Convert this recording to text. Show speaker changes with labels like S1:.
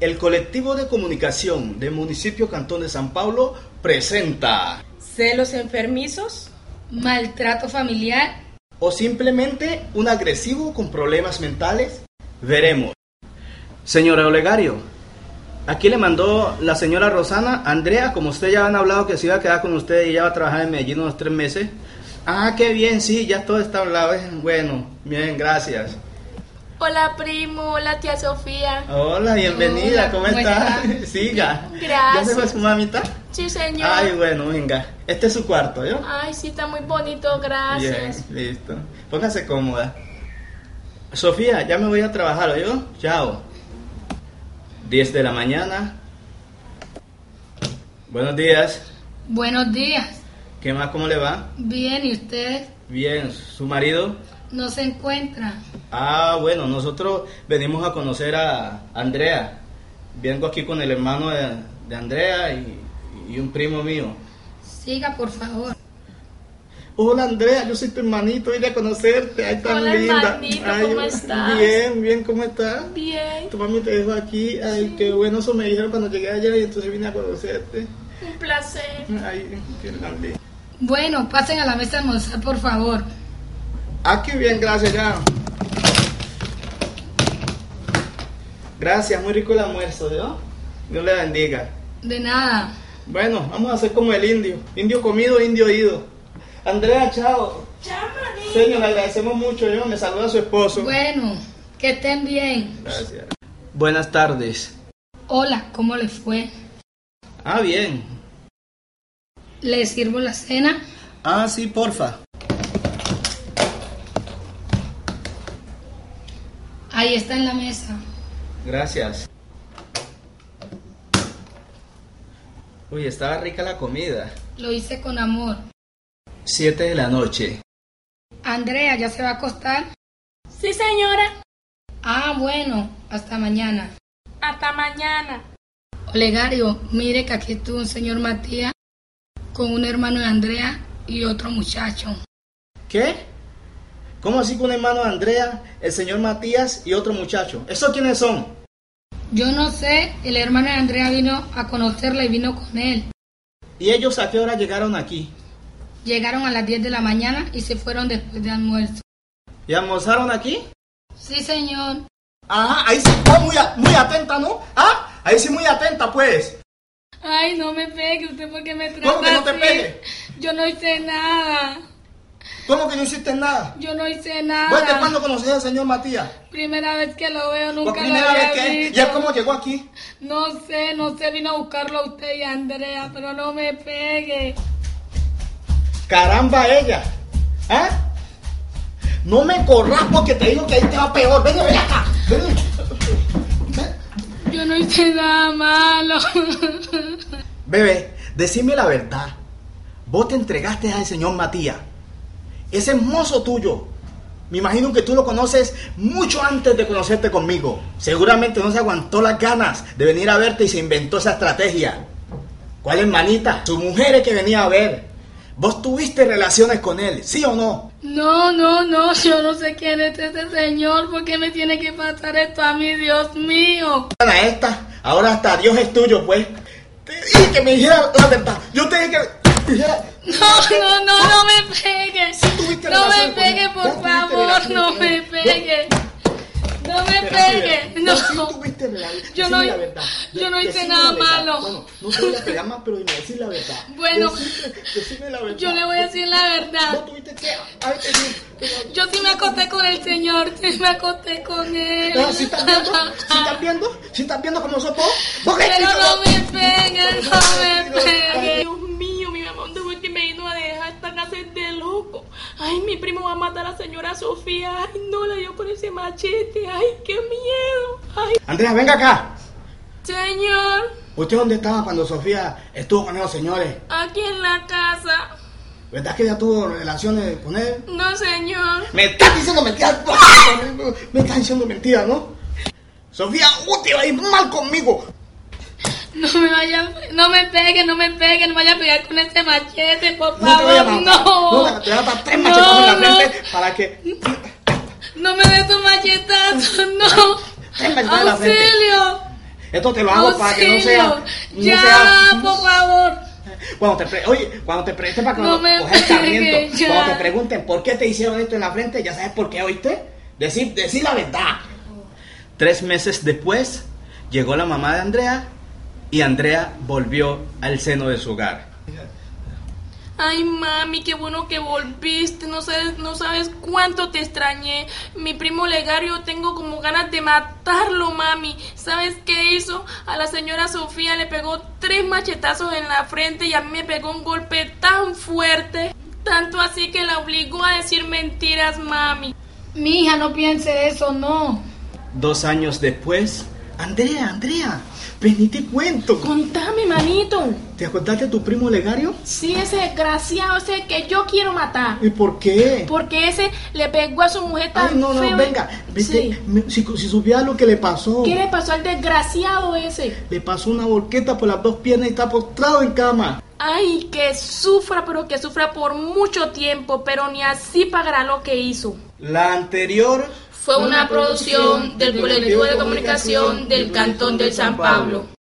S1: El colectivo de comunicación del municipio Cantón de San Pablo presenta
S2: celos enfermizos,
S3: maltrato familiar
S1: o simplemente un agresivo con problemas mentales. Veremos. Señora Olegario, aquí le mandó la señora Rosana. Andrea, como usted ya han hablado que se iba a quedar con usted y ya va a trabajar en Medellín unos tres meses. Ah, qué bien, sí, ya todo está hablado. eh. Bueno, bien, gracias.
S4: Hola primo, hola tía Sofía.
S1: Hola, bienvenida,
S3: Hola,
S1: ¿cómo
S3: ¿cómo
S1: está?
S3: está?
S1: Siga. ¿Ya se fue
S4: Gracias.
S1: su mamita?
S4: Sí señor.
S1: Ay,
S4: Ay,
S1: bueno, venga. Este es su cuarto, ¿yo?
S4: sí, está muy bonito, gracias.
S1: Bien, listo. Póngase cómoda. Sofía, ya me voy a trabajar, yo. Chao. 10 de la mañana. Buenos días.
S3: Buenos días.
S1: ¿Qué más? ¿Cómo le va?
S3: Bien, ¿y ustedes
S1: Bien. ¿Su marido?
S3: no se encuentran?
S1: Ah, bueno, nosotros venimos a conocer a Andrea. Vengo aquí con el hermano de, de Andrea y, y un primo mío.
S3: Siga, por favor.
S1: Hola Andrea, yo soy tu hermanito, vine a conocerte. Ay, tan
S4: Hola,
S1: linda.
S4: hermanito, ¿cómo estás?
S1: Bien, bien, ¿cómo estás?
S4: Bien.
S1: Tu mami te dejó aquí, ay, qué bueno, eso me dijeron cuando llegué allá y entonces vine a conocerte.
S4: Un placer.
S1: Ay, qué grande.
S3: Bueno, pasen a la mesa a almorzar, por favor.
S1: Aquí Ah, bien, gracias ya. Gracias, muy rico el almuerzo, ¿yo? Dios le bendiga.
S3: De nada.
S1: Bueno, vamos a hacer como el indio. Indio comido, indio oído. Andrea, chao.
S4: Chao,
S1: Señor, le agradecemos mucho, yo. Me saluda su esposo.
S3: Bueno, que estén bien.
S1: Gracias. Buenas tardes.
S3: Hola, ¿cómo les fue?
S1: Ah, bien.
S3: ¿Les sirvo la cena?
S1: Ah, sí, porfa.
S3: Ahí está en la mesa.
S1: Gracias. Uy, estaba rica la comida.
S3: Lo hice con amor.
S1: Siete de la noche.
S3: Andrea, ¿ya se va a acostar?
S4: Sí señora.
S3: Ah, bueno, hasta mañana.
S4: Hasta mañana.
S3: Olegario, mire que aquí estuvo un señor Matías con un hermano de Andrea y otro muchacho.
S1: ¿Qué? ¿Cómo así con un hermano de Andrea, el señor Matías y otro muchacho? ¿Esos quiénes son?
S3: Yo no sé, el hermano de Andrea vino a conocerla y vino con él.
S1: ¿Y ellos a qué hora llegaron aquí?
S3: Llegaron a las 10 de la mañana y se fueron después de almuerzo.
S1: ¿Y almorzaron aquí?
S3: Sí, señor.
S1: Ajá, ahí sí, oh, muy, a- muy atenta, ¿no? Ah, ahí sí, muy atenta, pues.
S4: Ay, no me pegue, usted porque me trata
S1: ¿Cómo que no te
S4: así?
S1: pegue?
S4: Yo no hice nada.
S1: ¿Cómo que no hiciste nada?
S4: Yo no hice nada.
S1: ¿Vos de cuándo conociste al señor Matías?
S4: Primera vez que lo
S1: Por
S4: veo, nunca
S1: primera
S4: lo había
S1: vez que... ¿Y
S4: visto.
S1: él cómo llegó aquí?
S4: No sé, no sé, vino a buscarlo a usted y a Andrea, pero no me pegue.
S1: Caramba ella. ¿Ah? No me corras porque te digo que ahí te va peor. Ven, ven acá. Ven.
S4: Yo no hice nada malo.
S1: Bebé, decime la verdad. Vos te entregaste al señor Matías. Ese mozo tuyo. Me imagino que tú lo conoces mucho antes de conocerte conmigo. Seguramente no se aguantó las ganas de venir a verte y se inventó esa estrategia. ¿Cuál hermanita? Su mujer es que venía a ver. ¿Vos tuviste relaciones con él? ¿Sí o no?
S4: No, no, no, yo no sé quién es ese señor, ¿por qué me tiene que pasar esto a mí, Dios mío?
S1: a esta, ahora hasta Dios es tuyo, pues. Te dije que me dijera la verdad. Yo te dije que dijera.
S4: No, no, no, no me pegue.
S1: tuviste
S4: No me
S1: relación con él.
S4: pegue,
S1: Ya
S4: por
S1: tuviste
S4: favor,
S1: relación
S4: no
S1: con
S4: me
S1: él. Ya-
S4: pegue. No me
S1: Pero sí,
S4: pegue,
S1: mira,
S4: no.
S1: vos sí tuviste relación,
S4: Yo
S1: decime
S4: no-
S1: la verdad.
S4: yo
S1: De-
S4: no hice
S1: decime
S4: nada
S1: la verdad.
S4: malo.
S1: Bueno, no te voy a pegar más, pero dime, decime la verdad.
S4: Bueno,
S1: Decime- decime la verdad.
S4: Yo le voy a decir la
S1: No
S4: verdad.
S1: tuviste que haber tenido- pero-
S4: Yo sí me acosté con el señor, sí me acosté con él.
S1: pero si estás viendo, si estás viendo, si estás viendo cómo sos vos, vos que-
S4: Pero no me peguen, no me peguen.
S5: Dios mío, mi mamá, ¿dónde fue que me vino a dejar esta clase de loco? Ay, mi primo va a matar a la señora Sofía. Ay, no, le dio por ese machete. Ay, qué miedo. Ay,
S1: Andrea, venga acá.
S5: señor,
S1: ¿Usted dónde estaba cuando Sofía estuvo con esos señores?
S5: aquí en la casa.
S1: ¿Verdad que ella tuvo relaciones con él?
S5: No, señor.
S1: Me estás diciendo mentiras. Me estás diciendo mentiras, ¿no? Sofía, uh, te va a ir mal conmigo.
S4: No me vaya, no me pegue, no me pegue, no vaya a pegar con este machete, por
S1: No te voy a
S4: favor,
S1: matar.
S4: no.
S1: No, te voy a matar tres machetazos en la
S4: No,
S1: frente para que.
S4: No me des tu machetazo, no.
S1: Tres machetazos en la frente.
S4: Auxilio.
S1: Esto te lo hago para que no sea.
S6: Auxilio.
S1: no
S6: ya,
S1: sea-
S6: por favor.
S1: Cuando te pre- Oye, cuando te pregunten para que
S6: No
S1: no
S6: me
S1: coges
S6: pegues,
S1: sarmiento,
S6: ya.
S1: cuando te pregunten por qué te hicieron esto en la frente, ya sabes por qué, ¿oíste? Decir, decir la verdad. Tres meses después, llegó la mamá de Andrea y Andrea volvió al seno de su hogar.
S4: Ay, mami, qué bueno que volviste. No sabes, no sabes cuánto te extrañé. Mi primo Legario tengo como ganas de matarlo, mami. ¿Sabes qué hizo? A la señora Sofía le pegó tres machetazos en la frente y a mí me pegó un golpe tan fuerte. Tanto así que la obligó a decir mentiras, mami.
S6: Mi hija, no piense eso, no.
S1: Dos años después, Andrea, Andrea, ven y te cuento.
S4: Contame, manito.
S1: ¿Te acordaste de tu primo Legario?
S4: Sí, ese desgraciado, ese que yo quiero matar.
S1: ¿Y por qué?
S4: Porque ese le pegó a su mujer tan
S1: Ay, no, no,
S4: feo.
S1: venga. Viste,
S4: Sí.
S1: me- si, si supiera lo que le pasó.
S4: ¿Qué le pasó al desgraciado ese?
S1: Le pasó una volqueta por las dos piernas y está postrado en cama.
S4: Ay, que sufra, pero que sufra por mucho tiempo, pero ni así pagará lo que hizo.
S1: La anterior
S7: Fue una producción del Colectivo de Comunicación del Cantón del San Pablo.